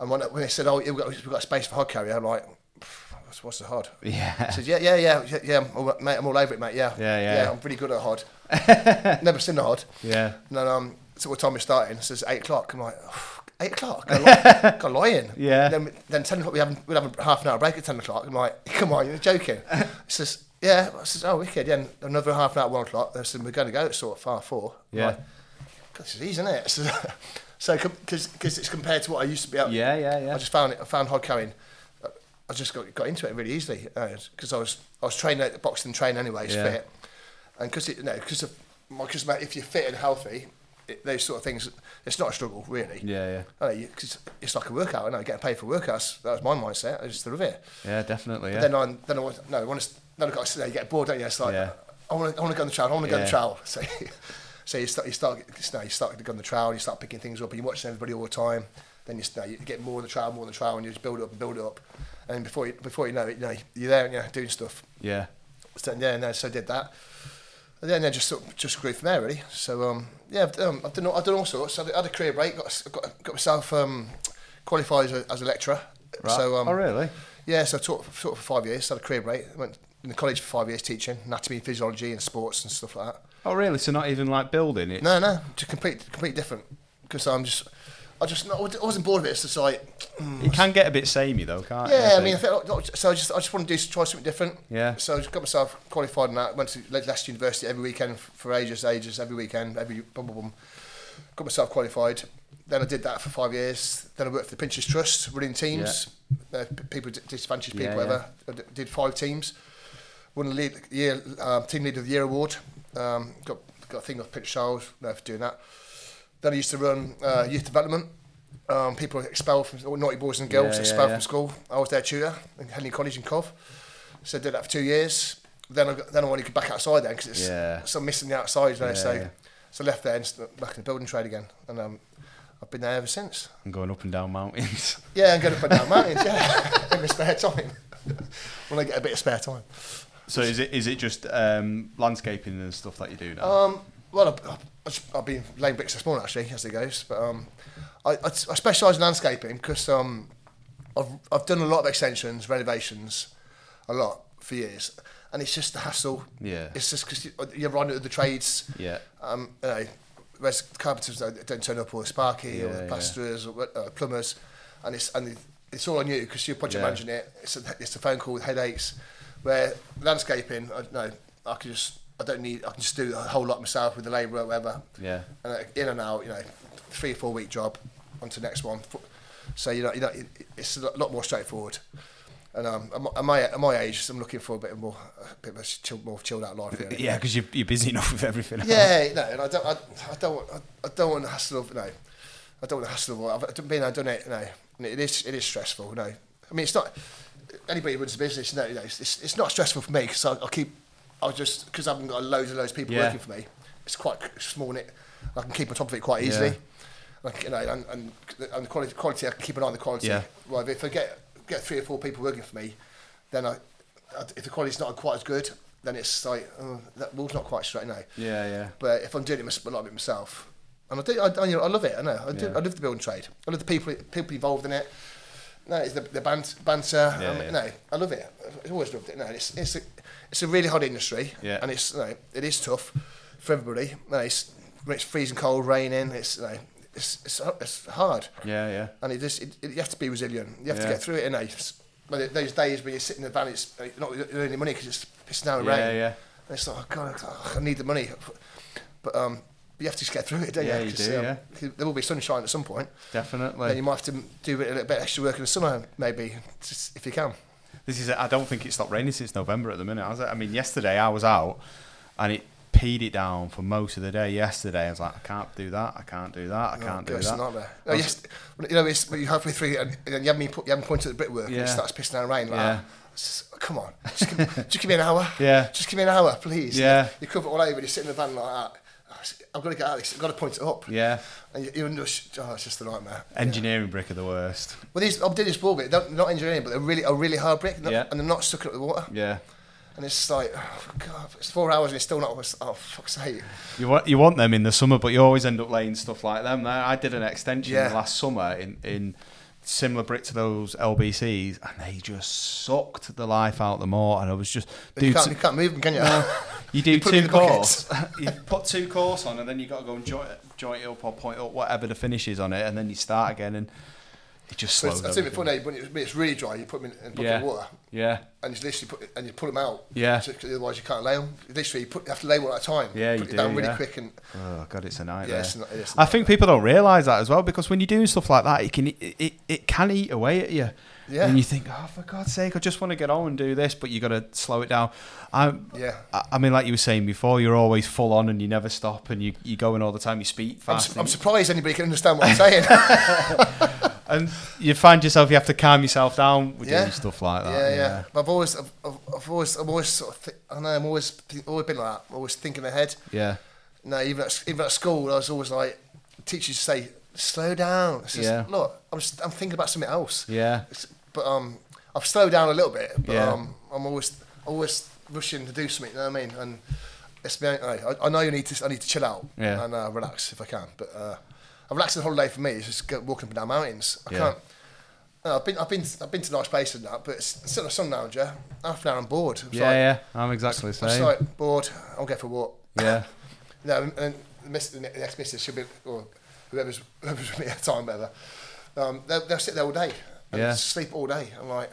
S2: And when, I, when they said, "Oh, yeah, we've got, we've got space for hod carrier," I'm like, "Pff, "What's what's the hod?" I
S3: Yeah.
S2: said, "Yeah, yeah, yeah, yeah, yeah I'm all, mate, I'm all over it, mate. Yeah,
S3: Yeah, yeah.
S2: yeah. I'm pretty good at
S3: <laughs>
S2: hod. Never seen a hod."
S3: Yeah.
S2: And then um, so what time we starting? It says eight o'clock. I'm like, "Pff, eight o'clock. Got a
S3: <laughs>
S2: lie- got a lie in.
S3: Yeah.
S2: Then then ten o'clock we have we have a half an hour break at ten o'clock. I'm like, "Come on, you're joking." It says, "Yeah." I says, "Oh, wicked." Yeah. And another half an hour, at one o'clock. They said, "We're going to go at sort of half four. I'm
S3: Yeah.
S2: like, God, this is easy, isn't it? <laughs> So, so because it's compared to what I used to be able.
S3: Yeah, yeah, yeah.
S2: I just found it. I found hod carrying. I just got, got into it really easily because I was I was uh, training at the boxing train anyway, it's
S3: Yeah.
S2: fit, and because you know because of my cause mate, if you're fit and healthy, it, those sort of things, it's not a struggle really.
S3: Yeah, yeah.
S2: I know, you- 'cause it's like a workout. I know getting paid for workouts. That was my mindset. I just love it.
S3: Yeah, definitely.
S2: Then
S3: Yeah.
S2: I then I want no, I want to then I got to, you, know, you get bored, don't you? It's like
S3: Yeah.
S2: I want to I want to go on the trail. I want to go on
S3: Yeah.
S2: the trail. <laughs> So so you start you start you, know, you start to go on the trail. You start picking things up, and you're watching everybody all the time. Then you, start, you get more on the trail, more on the trail, and you just build it up and build it up. And before you before you know it, you know you're there and you're doing stuff.
S3: Yeah.
S2: So yeah, no, so I did that. And then I just sort of, just grew from there really. So um, yeah, I've, um, I've done all- I've done all sorts. I had a career break. Got got, got myself um, qualified as a, as a lecturer.
S3: Right.
S2: So um,
S3: oh, really?
S2: yeah, so I taught, taught for five years, had a career break, went into college for five years teaching anatomy, physiology, and sports and stuff like that.
S3: Oh, really? So not even like building it?
S2: No, no, just complete, complete different because I'm just, I just, not, I wasn't bored of it. It's just like, mm,
S3: It can get a bit samey though, can't it?
S2: yeah, I mean, I felt, like- so I just, I just wanted to do try something different.
S3: Yeah.
S2: So I just got myself qualified in that. Went to Le- Leicester University every weekend f- for ages, ages, every weekend, every bum bum bum. Got myself qualified. Then I did that for five years. Then I worked for the Pinchers Trust, running teams, uh, p- people d- disadvantaged
S3: Yeah,
S2: people. Ever I d- did five teams. Won the lead, year um, team leader of the year award. Um, got got a thing off Pinch Charles no, for doing that. Then I used to run uh, youth development. Um, people expelled from or naughty boys and girls
S3: Yeah, yeah,
S2: expelled
S3: yeah.
S2: from school. I was their tutor in Henley College in Cov. So I did that for two years. Then I got, then I wanted to go back outside then because it's
S3: Yeah.
S2: so missing the outside. You know,
S3: Yeah,
S2: so
S3: yeah.
S2: so I left there and st- back in the building trade again. And um, I've been there ever since.
S3: And going up and down mountains. <laughs>
S2: Yeah, I'm going up and down mountains. Yeah, <laughs> in my spare time when I get a bit of spare time.
S3: So is it is it just um, landscaping and stuff that you do now?
S2: Um, well, I- I- I- I've been laying bricks this morning actually, as it goes. But um, I, I, I specialise in landscaping because um, I've I've done a lot of extensions, renovations, a lot for years, and it's just the hassle.
S3: Yeah.
S2: It's just because you're on to the trades.
S3: Yeah.
S2: Um, you know, whereas carpenters uh, don't don't turn up or Sparky or
S3: Yeah,
S2: the
S3: yeah.
S2: plasterers or what- uh, plumbers, and it's and it's all on you because you're project
S3: Yeah.
S2: managing it. It's a, it's a phone call with headaches. Where landscaping, I don't know, I can just I don't need I can just do a whole lot myself with the labour or whatever.
S3: Yeah.
S2: And uh, in and out, you know, three or four week job, on to the next one. So you know, you know, it, it's a lot more straightforward. And um, at my- at my at my age, I'm looking for a bit more, a bit of a chill, more chilled out life. Really.
S3: <laughs> Yeah, because you're, you're busy enough with everything. else.
S2: Yeah, no, and I don't, I, I don't, want, I, I don't want the hassle of, no, I don't want the hassle of, all- I've I've been, I've done it, no, and it is, it is stressful, no. I mean, it's not, anybody who runs a business, no, you know, it's, it's, it's not stressful for me, because I'll keep, I'll just, because I haven't got loads and loads of people
S3: Yeah.
S2: working for me, it's quite small, and it, I can keep on top of it quite easily.
S3: Yeah.
S2: Like, you know, and, and, and the quality, quality, I can keep an eye on the quality.
S3: Yeah.
S2: Well, if I get, get three or four people working for me, then I, I if the quality's not quite as good, then it's like, oh, that wall's not quite straight, no.
S3: Yeah, yeah.
S2: But if I'm doing it mys- a lot of it myself, and I do, I, I, you know, I love it. I know, I do.
S3: Yeah.
S2: I love the building trade. I love the people, people involved in it. No, it's the, the bant- banter.
S3: Yeah,
S2: um,
S3: yeah.
S2: No, I love it. I've always loved it. No, it's it's a, it's a really hot industry,
S3: Yeah.
S2: and it's you know, it is tough for everybody. No, it's it's freezing cold, raining. It's you know, it's, it's it's hard,
S3: Yeah, yeah.
S2: and it just it, it, you have to be resilient. You have
S3: Yeah.
S2: to get through it. And but those days when you're sitting in the van, it's you're not earning any money because it's pissing down with
S3: Yeah,
S2: rain.
S3: yeah.
S2: And it's like, oh God, I- I need the money. But um, you have to just get through it, don't
S3: Yeah,
S2: you?
S3: you
S2: 'Cause,
S3: do,
S2: um,
S3: yeah.
S2: 'cause There will be sunshine at some point. Then
S3: Definitely.
S2: you might have to do a little bit extra work in the summer, maybe, just if you can.
S3: This is. I don't think it's stopped raining since November at the minute. has it? I mean, yesterday I was out, and it peed it down for most of the day. Yesterday I was like, I can't do that. I can't do that. I can't do
S2: Oh, It's a
S3: that.
S2: nightmare. No, Oh, yes, you know, it's, when you're halfway through and, and you haven't, been put, you haven't pointed at the brickwork and it
S3: Yeah.
S2: starts pissing down rain. Like,
S3: Yeah.
S2: that. It's just, come on, just give, <laughs> just give me an hour.
S3: Yeah.
S2: Just give me an hour, please.
S3: Yeah.
S2: You cover it all over and you sit in the van like that. Oh, I've got to get out of this. I've got to point it up.
S3: Yeah.
S2: And you, you're just, oh, it's just a nightmare.
S3: Engineering brick are the worst.
S2: Well, these I'm doing this ball bit. They're not engineering, but they're really a really hard brick, not,
S3: Yeah.
S2: and they're not sucking up the water.
S3: Yeah.
S2: And it's like, oh god, it's four hours and it's still not. Oh fuck's sake!
S3: You want you want them in the summer, but you always end up laying stuff like them. I I did an extension
S2: Yeah.
S3: last summer in in similar brick to those LBCs, and they just sucked the life out of them all. And I was just
S2: you
S3: dude,
S2: can't,
S3: t-
S2: you can't move them, can you?
S3: you do
S2: You put 'em in
S3: two
S2: the bucket.
S3: course, <laughs> you put two course on, and then you got to go and joint it, joint it up or point up whatever the finish is on it, and then you start again, and it just
S2: <laughs> So it's,
S3: slows.
S2: I've seen it before now. When it- when it's really dry, you put them in, in bucket
S3: yeah,
S2: of water,
S3: yeah,
S2: and you literally put and you pull them out.
S3: Yeah.
S2: So- 'cause otherwise, you can't lay them. Literally, you, put, you have to lay one at a time.
S3: yeah.
S2: Put
S3: you
S2: it
S3: do,
S2: down really
S3: yeah.
S2: quick and
S3: oh god, it's a nightmare.
S2: yeah, it's not, it's
S3: I think people don't realise that as well because when you're doing stuff like that, it can e, it, it, it can eat away at you.
S2: Yeah.
S3: And you think, oh, for God's sake, I just want to get on and do this, but you got to slow it down. I,
S2: Yeah.
S3: I, I mean, like you were saying before, you're always full on and you never stop and you, you're going all the time, you speak
S2: I'm,
S3: fast.
S2: su-
S3: and-
S2: I'm surprised anybody can understand
S3: <laughs>
S2: what I'm saying.
S3: and you find yourself, you have to calm yourself down with
S2: Yeah.
S3: doing stuff like that.
S2: yeah, yeah, But I've always, I've, I've, I've always, I'm always sort of, th- I know, I'm always, always been like that. Always thinking ahead.
S3: Yeah.
S2: No, even at, even at school, I was always like, teachers say, slow down. It's just,
S3: Yeah.
S2: Look, I'm, just, I'm thinking about something else.
S3: Yeah.
S2: It's- But um, I've slowed down a little bit, but
S3: Yeah.
S2: um, I'm always always rushing to do something, you know what I mean? And it's been, I, I know you need to, I need to chill out
S3: Yeah.
S2: and uh, relax if I can. But uh, a relaxing holiday for me is just go, walking up and down mountains. I
S3: Yeah.
S2: can't. No, I've been, I've been, I've been to nice places and that, but it's it's still a sun lounger. Half an hour, I'm bored. It's
S3: Yeah,
S2: like,
S3: yeah. I'm exactly the
S2: I'm just
S3: same.
S2: like bored. I'll go for a walk.
S3: Yeah.
S2: No, and- and the, miss, the next missus, she'll be, or whoever's, whoever's with me at the time, whatever, um, they'll, they'll sit there all day and
S3: Yeah.
S2: sleep all day. I'm like,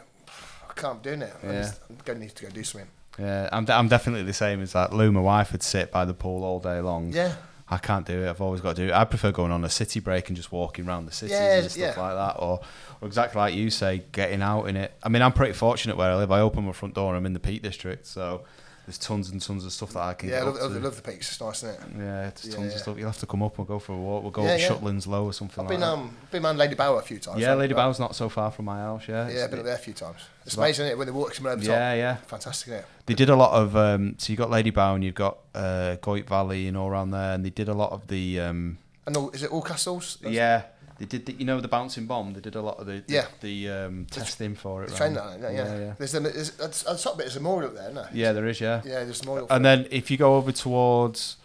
S2: I can't do now. I'm,
S3: Yeah.
S2: just, I'm going to need to go do something.
S3: Yeah. I'm, de- I'm definitely the same as that. Lou, my wife, would sit by the pool all day long.
S2: Yeah.
S3: I can't do it. I've always got to do it. I prefer going on a city break and just walking around the cities
S2: Yeah,
S3: and stuff
S2: yeah.
S3: like that, or, or exactly like you say, getting out in it. I mean, I'm pretty fortunate where I live. I open my front door and I'm in the Peak District, so there's tons and tons of stuff that I can
S2: Yeah, I
S3: get
S2: love,
S3: up
S2: love,
S3: to.
S2: love the peaks. It's nice, isn't it?
S3: yeah, there's
S2: Yeah,
S3: tons
S2: yeah.
S3: of stuff. You'll have to come up. We'll go for a walk. We'll go
S2: Yeah,
S3: up
S2: yeah.
S3: Shetlands Low or something
S2: I've
S3: like
S2: been,
S3: that.
S2: um, been around Lady Bower a few times.
S3: yeah,
S2: haven't
S3: Lady
S2: I?
S3: Bow's not so far from my house. Yeah,
S2: Yeah,
S3: it's-
S2: I've been up there a few times. It's
S3: about-
S2: amazing, isn't it? When the water coming over the
S3: yeah,
S2: top.
S3: yeah.
S2: Fantastic, isn't it?
S3: They did a lot of um, so you got Lady Bow and you've got uh, Goit Valley and all around there, and they did a lot of the um,
S2: And all, is it all castles? That's-
S3: yeah, they did. The, you know the bouncing bomb. They did a lot of the the,
S2: Yeah.
S3: the um, testing for it.
S2: The
S3: round.
S2: train line, yeah. yeah.
S3: yeah, yeah.
S2: There's, a, there's, that's- on top of it, there's a memorial up there, isn't there?
S3: Yeah, there is. Yeah,
S2: Yeah, there's a memorial.
S3: and then if you go over towards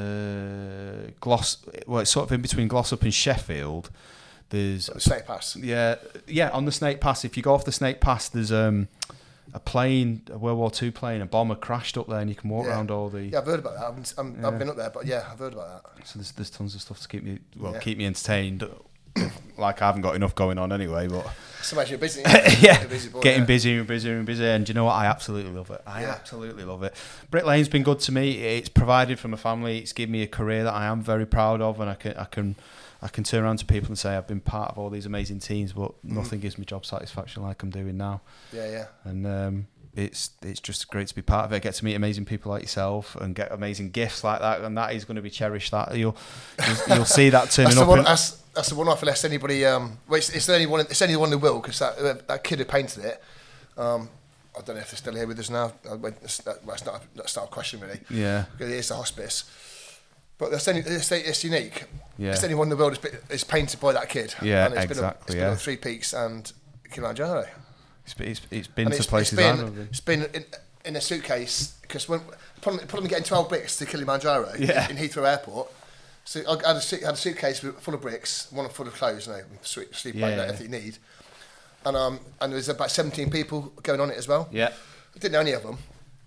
S3: uh, Gloss, well, it's sort of in between Glossop and Sheffield. There's
S2: Snake Pass.
S3: yeah, yeah, on the Snake Pass. If you go off the Snake Pass, there's um, a plane, a World War II plane, a bomber crashed up there, and you can walk
S2: Yeah.
S3: around all the.
S2: Yeah, I've heard about that. I haven't, I'm, I've been up there, but yeah, I've heard about that.
S3: So there's, there's tons of stuff to keep me well
S2: Yeah.
S3: keep me entertained. <coughs> like I haven't got enough going on anyway, but
S2: So imagine you're busy.
S3: <laughs> yeah,
S2: You're busy boy,
S3: getting
S2: yeah.
S3: busier and busier and busier. And do you know what? I absolutely love it. I
S2: Yeah.
S3: absolutely love it. Brick Lane's been good to me. It's provided for my family. It's given me a career that I am very proud of, and I can I can I can turn around to people and say I've been part of all these amazing teams, but
S2: Mm.
S3: nothing gives me job satisfaction like I'm doing now.
S2: Yeah, yeah.
S3: And um, it's it's just great to be part of it. I get to meet amazing people like yourself and get amazing gifts like that, and that is going to be cherished. That you'll you'll, you'll see that
S2: <laughs>
S3: turning
S2: That's the
S3: up.
S2: one.
S3: in-
S2: That's, that's the one off. Unless anybody, um, well, it's, it's the only one. It's the only one who will because that uh, that kid who painted it. Um, I don't know if they're still here with us now. Uh, well, It's that- well, it's not that's not a question really.
S3: Yeah.
S2: because it is the hospice. But that's only it's, it's unique.
S3: Yeah.
S2: It's the only one in the world that's been- is painted by that kid.
S3: Yeah,
S2: and it's Been up,
S3: exactly,
S2: it's been
S3: yeah.
S2: up Three Peaks and Kilimanjaro.
S3: it's, it's, it's been
S2: And
S3: to
S2: it's,
S3: places
S2: it's
S3: I've
S2: been,
S3: never been.
S2: it's been in, in a suitcase because when problem, problem getting 12 bricks to Kilimanjaro
S3: Yeah.
S2: in Heathrow Airport. So I had a, suit, had a suitcase with- full of bricks, one full of clothes, you know, sleep, sleep
S3: Yeah,
S2: yeah,
S3: yeah.
S2: if you need. And um, and there was about 17 people going on it as well.
S3: Yeah.
S2: I didn't know any of them,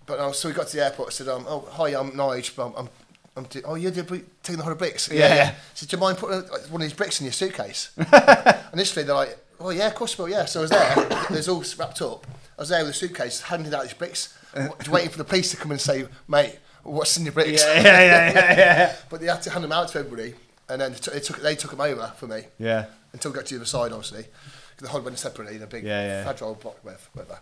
S2: but um, so we got to the airport. I said, um, "Oh, hi, I'm Nige. but I'm, I'm, I'm do- oh, you're the bri- taking the whole of bricks."
S3: Yeah.
S2: I said, "Do you mind putting uh, one of these bricks in your
S3: <laughs>
S2: suitcase?" Initially, they're like, "Oh yeah, of course, well yeah." So I was there. There's all wrapped up. I was there with a suitcase, handing out these bricks, just waiting for the police to come and say, "Mate, what's in your bricks?"
S3: Yeah, yeah, yeah, yeah, yeah.
S2: <laughs> but they had to hand them out to everybody, and then they took they took, they took them over for me
S3: Yeah.
S2: until we got to the other side, obviously. 'cause They hold went separately in a big
S3: Yeah, yeah.
S2: fragile block, with- whatever.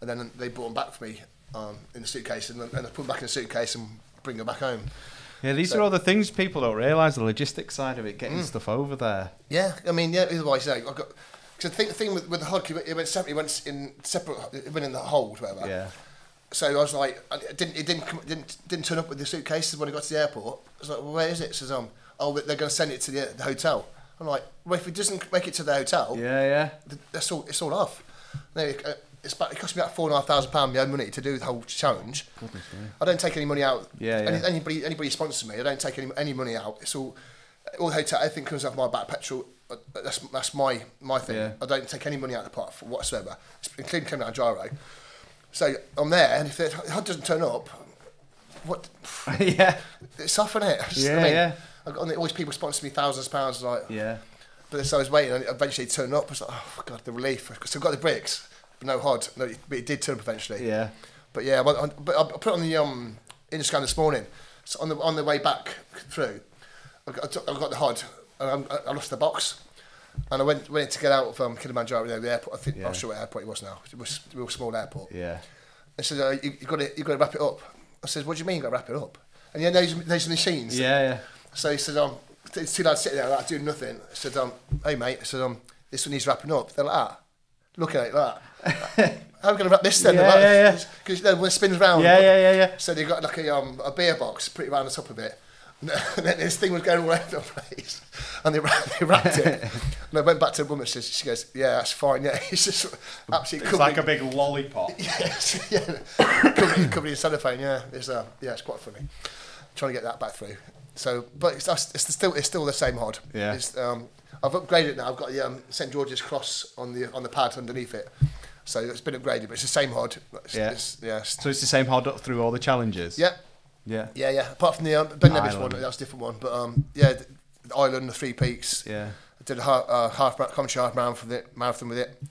S2: And then they brought them back for me um, in a suitcase, and, then- and I put them back in a suitcase and bring them back home.
S3: Yeah, these
S2: So-
S3: are all the things people don't realise the logistics side of it,
S2: Mm.
S3: getting stuff over there.
S2: Yeah, I mean, yeah. Otherwise, you know, I got. Because the thing, the thing with, with the hod, 'cause it went separate. It went in separate. It went in the hold, whatever.
S3: Yeah.
S2: So I was like, I it didn't, it didn't, come, didn't, didn't turn up with the suitcases when I got to the airport. I was like, well, where is it? Says um, oh, they're going to send it to the, the hotel. I'm like, well, if it doesn't make it to the hotel,
S3: Yeah, yeah.
S2: th- that's all it's all off. No, it, uh, it's about, it cost me about four and a half thousand pound my own money to do the whole challenge. I don't take any money out.
S3: Yeah,
S2: Any,
S3: yeah.
S2: Anybody anybody sponsors me, I don't take any any money out. It's all all the hotel. Everything comes off my back petrol. Uh, That's that's my my thing.
S3: Yeah.
S2: I don't take any money out of the pot for whatsoever, including coming out of gyro. So I'm there, and if the HUD doesn't turn up, what? <sighs>
S3: yeah. <laughs>
S2: It's off, innit? <laughs> it?
S3: Yeah, yeah.
S2: I got, and always people sponsor me thousands of pounds. Like,
S3: Yeah.
S2: but so I was waiting, and it eventually turned up. I was like, oh god, the relief. So I got the bricks, but no hod. No, it- but it did turn up eventually.
S3: Yeah.
S2: But yeah, but, I- but I put it on the um, Instagram this morning. So on the on the way back through, I got, I took- I got the hod, and I, I lost the box, and I went went to get out of um, Kilimanjaro, you know, the airport. I think
S3: Yeah.
S2: I'm sure what airport it was now. It was a real small airport.
S3: Yeah.
S2: I said, uh, you, you've got to you've got to wrap it up. I said, what do you mean, got to wrap it up? And yeah, those those machines.
S3: Yeah.
S2: So he said, um, there's two lads sitting there like doing nothing. I said, um, hey mate, I said, um, this one needs wrapping up. They're like that. Looking at it like
S3: <laughs>
S2: that. How are we going to wrap this then?
S3: Yeah, yeah, yeah.
S2: Because then when it spins round.
S3: Yeah, yeah, yeah, yeah.
S2: So they got like a, um, a beer box, put it around the top of it. <laughs> And then this thing was going all over the place. And they, wra- they wrapped
S3: <laughs>
S2: it. and I went back to the woman, she she goes, yeah, that's fine, yeah. <laughs> It's just absolutely
S3: It's like
S2: covered.
S3: a big lollipop.
S2: Yes, <laughs> yeah. covered, covered in cellophane, yeah. It's, uh, yeah, it's quite funny. Trying to get that back through. So, but it's, that's- it's still it's still the same hod.
S3: Yeah.
S2: It's, um, I've upgraded it now. I've got the um, St George's cross on the on the pad underneath it, so it's been upgraded. But it's the same hod. It's,
S3: Yeah.
S2: It's, yeah. it's-
S3: So it's the same hard up through all the challenges.
S2: yeah.
S3: Yeah.
S2: Yeah. Yeah. Apart from the um, Ben Nevis one,
S3: Island.
S2: that was a different one. But um, yeah, the, the island, the three peaks.
S3: Yeah.
S2: I did a half, uh, half marathon, commentary half marathon with it. Marathon with it.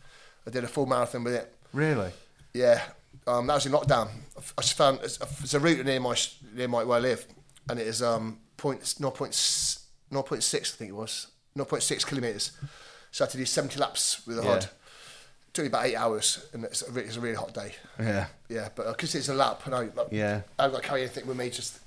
S2: I did a full marathon with it.
S3: Really?
S2: Yeah, um, that was in lockdown. I've- I just found it's, it's a route near my near my where I live, and it is um point zero point s- zero point six I think it was zero point six kilometers. So I had to do seventy laps with a
S3: Yeah.
S2: hod. Took me about eight hours, and it's a, re- it's a really hot day.
S3: Yeah.
S2: Yeah, but because it's a lap, and I like,
S3: Yeah.
S2: I've got to carry anything with me. Just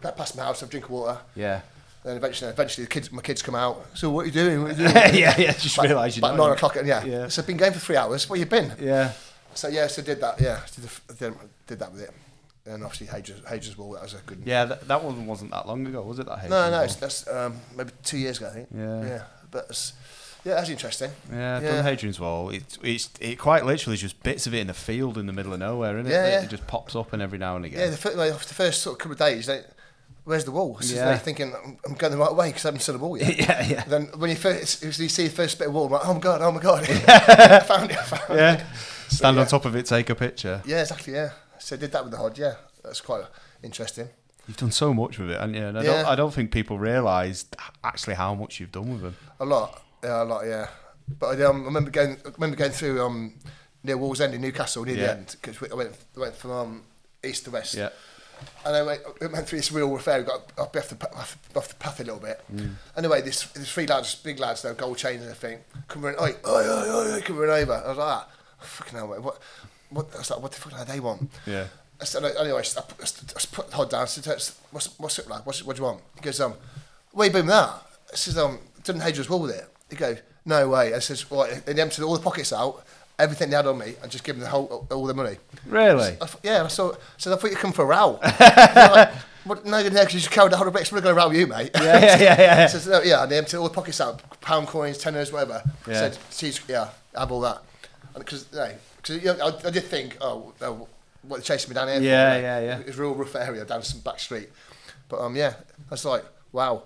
S2: get past my house, have a drink of water,
S3: Yeah. <laughs>
S2: and eventually, eventually, the kids my kids come out. So what are you doing?
S3: <laughs>
S2: What are you doing?
S3: yeah, yeah. Just
S2: About-
S3: realise you're
S2: about
S3: not
S2: nine
S3: in-
S2: o'clock, and yeah.
S3: Yeah.
S2: So I've been going for three hours. Where you been?
S3: Yeah.
S2: So yeah, so did that. Yeah, did, the, did, did that with it, and obviously Hadrian's, Hadrian's Wall. That was a good.
S3: Yeah, that, that one wasn't that long ago, was it? That
S2: No,
S3: Hadrian's
S2: no,
S3: Wall?
S2: it's, that's um, maybe two years ago. I think.
S3: Yeah.
S2: Yeah, but it's, yeah, that's interesting.
S3: Yeah, I've
S2: Yeah.
S3: done Hadrian's Wall. It's it's it quite literally is just bits of it in the field in the middle of nowhere, isn't it?
S2: Yeah,
S3: That
S2: yeah.
S3: It just pops up and every now and
S2: Yeah,
S3: again.
S2: the, fir- like, after the first sort of couple of days, they, where's the wall? So
S3: Yeah.
S2: they're thinking I'm, I'm going the right way because I haven't seen the wall yet.
S3: <laughs> Yeah, yeah. <laughs>
S2: Then when you first you see the first bit of wall, I'm like, oh my god, oh my god, I <laughs> found it, I found it.
S3: Yeah. Stand
S2: yeah.
S3: on top of it, take a picture.
S2: Yeah, exactly. Yeah. So I did that with the Hod. Yeah, that's quite interesting.
S3: You've done so much with it, haven't you? and I don't,
S2: Yeah.
S3: I don't think people realise actually how much you've done with them.
S2: A lot. Yeah, a lot. Yeah. But I, um, I remember going. I remember going through um, near Wall's End in Newcastle near
S3: Yeah.
S2: the end because I went went from um, east to west.
S3: Yeah,
S2: And I went, I went through this real affair. We got up off the, pa- off, off the path a little bit. Anyway, this, this three lads, big lads, though, gold chains and everything, come running, oi, oi, oi, oi, oi, come running over. I was like, that. fucking hell, mate, what, what, I was like, what the fuck do they want?
S3: yeah.
S2: I said, anyway, I, I, I just put the hod down. I said, what's, what's up, lad? What's, what do you want? He goes, um, where you been with that? I says, um, didn't Hadrian's Wall with it? He goes, no way. I says, right, and they emptied all the pockets out, everything they had on me, and just give them the whole, all the money.
S3: Really?
S2: I thought- yeah, I saw. So I thought you come for a row.
S3: <laughs>
S2: They're like, what, no, no, because you just carried a hundred bricks. We're going to row you, mate.
S3: Yeah, yeah, yeah, yeah.
S2: <laughs> so, so, yeah, and they emptied all the pockets out, pound coins, tenors, whatever.
S3: Yeah.
S2: Said, "She's- yeah, have all that. Because you know, I, I did think, oh, no, what they're chasing me down here. for,
S3: Yeah,
S2: you know?
S3: yeah, yeah.
S2: It was a real rough area down some back street, but um, yeah, that's like wow,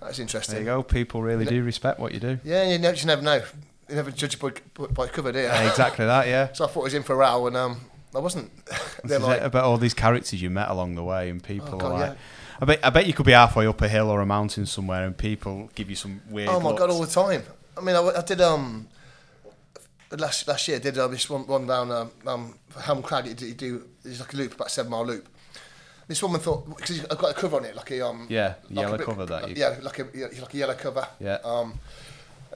S2: that's interesting.
S3: There you go. People really do respect what you do.
S2: Yeah, you, never, you never know. You never judge a book by its cover, do you?
S3: Yeah, exactly that.
S2: <laughs>
S3: Yeah.
S2: so I thought I was in for a row, and um, I wasn't. <laughs>
S3: This
S2: They're
S3: is
S2: like,
S3: it, about all these characters you met along the way, and people
S2: Oh, God,
S3: are like,
S2: yeah.
S3: I bet I bet you could be halfway up a hill or a mountain somewhere, and people give you some weird.
S2: Oh my
S3: looks.
S2: god, all the time. I mean, I, w- I did um last last year. I did uh, this one, one down um, um Helm Crag. You do, you do it's like a loop, about a seven mile loop. This woman thought because I've got a cover on it, like a um
S3: Yeah,
S2: like a
S3: yellow
S2: bit-
S3: cover that you-
S2: yeah, like a yeah, like a yellow cover.
S3: Yeah.
S2: Um,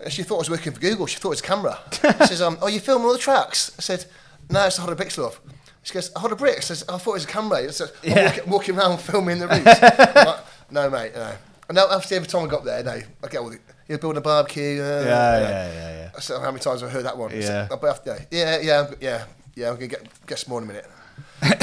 S2: and she thought I was working for Google. She thought it was a camera. she says, um, "Oh, you filming all the tracks?" I said, "No, it's a hundred bricks, love." She goes, "A hundred bricks." I says, "I thought it was a camera." I says, I'm
S3: Yeah.
S2: walking, walking around filming
S3: <laughs>
S2: the routes. I'm like, no, mate, no. And now after every time I got there, no, I get all the you're building a barbecue. Uh,
S3: Yeah, yeah, yeah, yeah.
S2: I said, how many times have I heard that one? I said,
S3: Yeah.
S2: but after, yeah, yeah, yeah, yeah. I'm gonna get guess more in a
S3: <laughs>
S2: minute.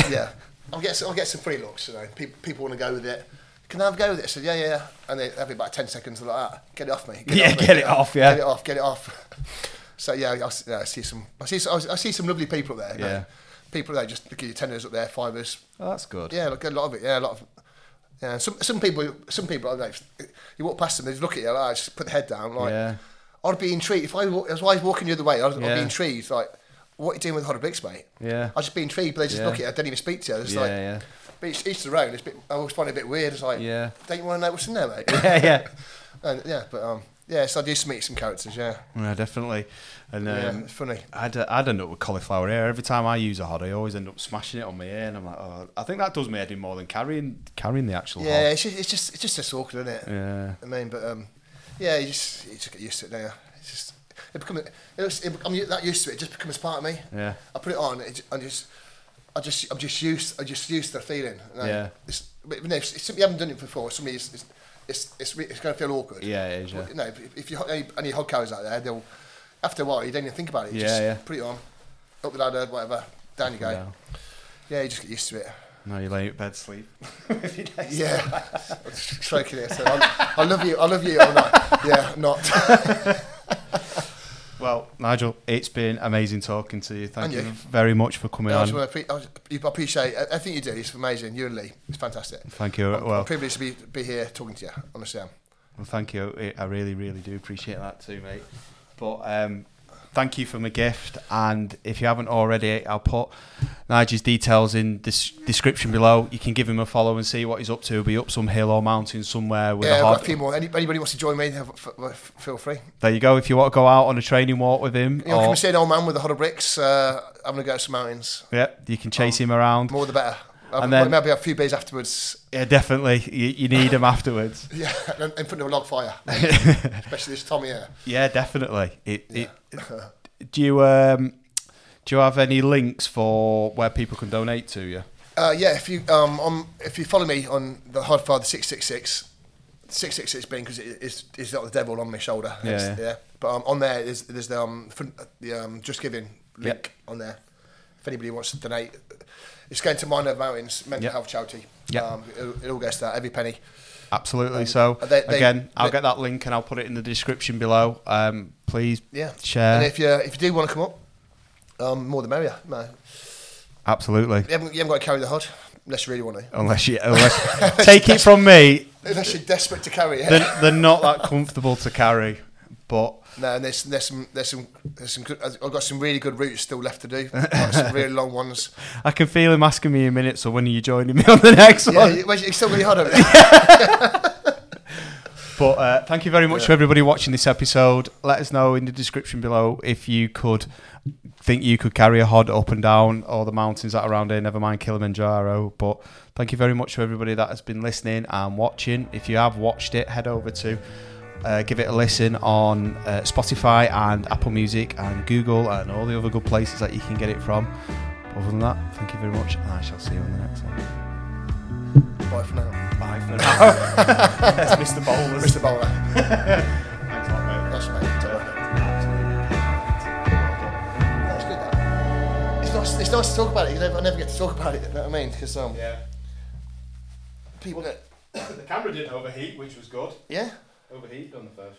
S2: yeah, I'll get some- I'll get some free looks. You know, people people want to go with it. Can I have a go with it? I said, yeah, yeah, yeah. And they have about ten seconds like that. Get it off me.
S3: Yeah,
S2: it off me,
S3: get it off, yeah.
S2: get it off. Get it off. <laughs> so yeah, I, s- yeah, I see some. I see. Some, I see some lovely people there. you know.
S3: Yeah.
S2: People there just give you tenors up there, fivers,
S3: Oh, that's good.
S2: yeah, like a lot of it. Yeah, a lot of. Yeah, some some people, some people, I don't know, if you walk past them, they just look at you like, just put the head down. Like,
S3: Yeah.
S2: I'd be intrigued if I wa- if I was walking the other way. I'd, I'd
S3: Yeah.
S2: be intrigued, like, what are you doing with Hotter Bricks, mate?
S3: Yeah.
S2: I'd just be intrigued, but they just
S3: Yeah.
S2: look at you. I don't even speak to you. It's
S3: Yeah,
S2: like,
S3: yeah. <laughs>
S2: But each, each their own. It's a bit, I always find it a bit weird. It's like,
S3: Yeah.
S2: don't you want to know what's in there, mate?
S3: <laughs> yeah,
S2: <laughs>
S3: yeah.
S2: and, yeah, but um, yeah, so I do meet some characters. Yeah,
S3: Yeah, definitely. And um,
S2: yeah, it's funny.
S3: I'd, I'd end up with cauliflower ear. Every time I use a hod, I always end up smashing it on my ear, and I'm like, oh, I think that does me head in more than carrying carrying the actual
S2: Yeah,
S3: hod.
S2: it's just, it's just it's just a awkward, isn't it?
S3: Yeah.
S2: I mean, but um, yeah, you just you just get used to it now. It's just it becomes it, looks- it, I'm u- that used to it. It just becomes part of me.
S3: Yeah.
S2: I put it on. It, j- I just I just I'm just used. I just used to the feeling. you know.
S3: Yeah.
S2: It's, but, you know, if, if you haven't done it before, somebody is it's it's it's, re- it's going to feel awkward.
S3: Yeah, it is,
S2: But,
S3: yeah.
S2: You know, if, if you ho- any, any hog cows out there, they'll after a while you don't even think about it. You
S3: Yeah,
S2: just
S3: yeah.
S2: Put it on, up the ladder, whatever. Down you go.
S3: No.
S2: Yeah, you just get used to it.
S3: No, you lay in bed sleep.
S2: Yeah, <laughs> I'm just choking it. So I, I love you. I love you. I'm like, yeah, not.
S3: <laughs> Well, Nigel, it's been amazing talking to you.
S2: And
S3: Thank you.
S2: you.
S3: very much for coming
S2: No, I
S3: on.
S2: just want to appre- I was- you- I appreciate I think you do. It's amazing. You and Lee, it's fantastic.
S3: Thank you.
S2: I'm, I'm
S3: Well,
S2: privileged to be, be here talking to you. Honestly, I am.
S3: well, thank you. I- I really, really do appreciate that too, mate. But um, thank you for my gift. And if you haven't already, I'll put Nigel's details in this description below. You can give him a follow and see what he's up to. He'll be up some hill or mountain somewhere with
S2: yeah,
S3: a
S2: I've
S3: hot.
S2: got a few more. Any, anybody wants to join me? have- f- f- Feel free.
S3: There you go. If you want to go out on a training walk with him,
S2: You know,
S3: or-
S2: can we see an old man with a hot of bricks uh, having a go at some mountains?
S3: yep, you can chase him around.
S2: More the better. I've,
S3: And then-
S2: maybe a few beers afterwards. <laughs>
S3: Yeah, definitely. You, you need him afterwards.
S2: Yeah, in in front of a log
S3: <laughs>
S2: fire, especially this time of year.
S3: Yeah, definitely. It,
S2: <laughs>
S3: it, do you um, do you have any links for where people can donate to you?
S2: Uh, yeah, if you um, on, if you follow me on the Hardfather six six six. 666 being because it is is like the devil on my shoulder.
S3: Yeah,
S2: It's-
S3: yeah.
S2: But um, on there there's there's the um, fun- the um just giving link
S3: Yep.
S2: on there. If anybody wants to donate, it's going to Minor Mountains Mental
S3: Yep.
S2: Health Charity.
S3: Yep.
S2: Um, it, it all goes to that every penny.
S3: Absolutely. so
S2: uh, they- they-
S3: again, I'll
S2: they-
S3: get that link and I'll put it in the description below. Um, please
S2: Yeah.
S3: share.
S2: And if you if you do want to come up, um, more the merrier. No, you
S3: Absolutely.
S2: haven't, you haven't got to carry the hod unless you really want to. <laughs>
S3: Unless you unless take it from me,
S2: Unless you're desperate to carry it.
S3: they're, they're not that comfortable to carry. But
S2: No, and there's there's some there's some there's some good. I've got some really good routes still left to do. Like some really long ones.
S3: I can feel him asking me in minutes, so when are you joining me on the next
S2: Yeah,
S3: one?
S2: you- well, it's still really hard. Over there.
S3: But uh, thank you very much for everybody watching this episode. Let us know in the description below if you could think you could carry a hod up and down all the mountains that are around here, never mind Kilimanjaro. But thank you very much for everybody that has been listening and watching. If you have watched it, head over to uh, give it a listen on uh, Spotify and Apple Music and Google and all the other good places that you can get it from. Other than that, thank you very much, and I shall see you on the next one.
S2: Bye for now,
S3: Bye for <laughs> now. That's Mr. Bowlers.
S2: Mr. Bowler.
S3: Thanks a lot, mate.
S2: That's right. eh? It's all right. That's good. that. It's nice. It's nice to talk about it. 'cause I never- I never get to talk about it. You know what I mean? Because um,
S3: Yeah.
S2: people get
S3: The camera didn't overheat, which was good.
S2: yeah.
S3: Overheated on the first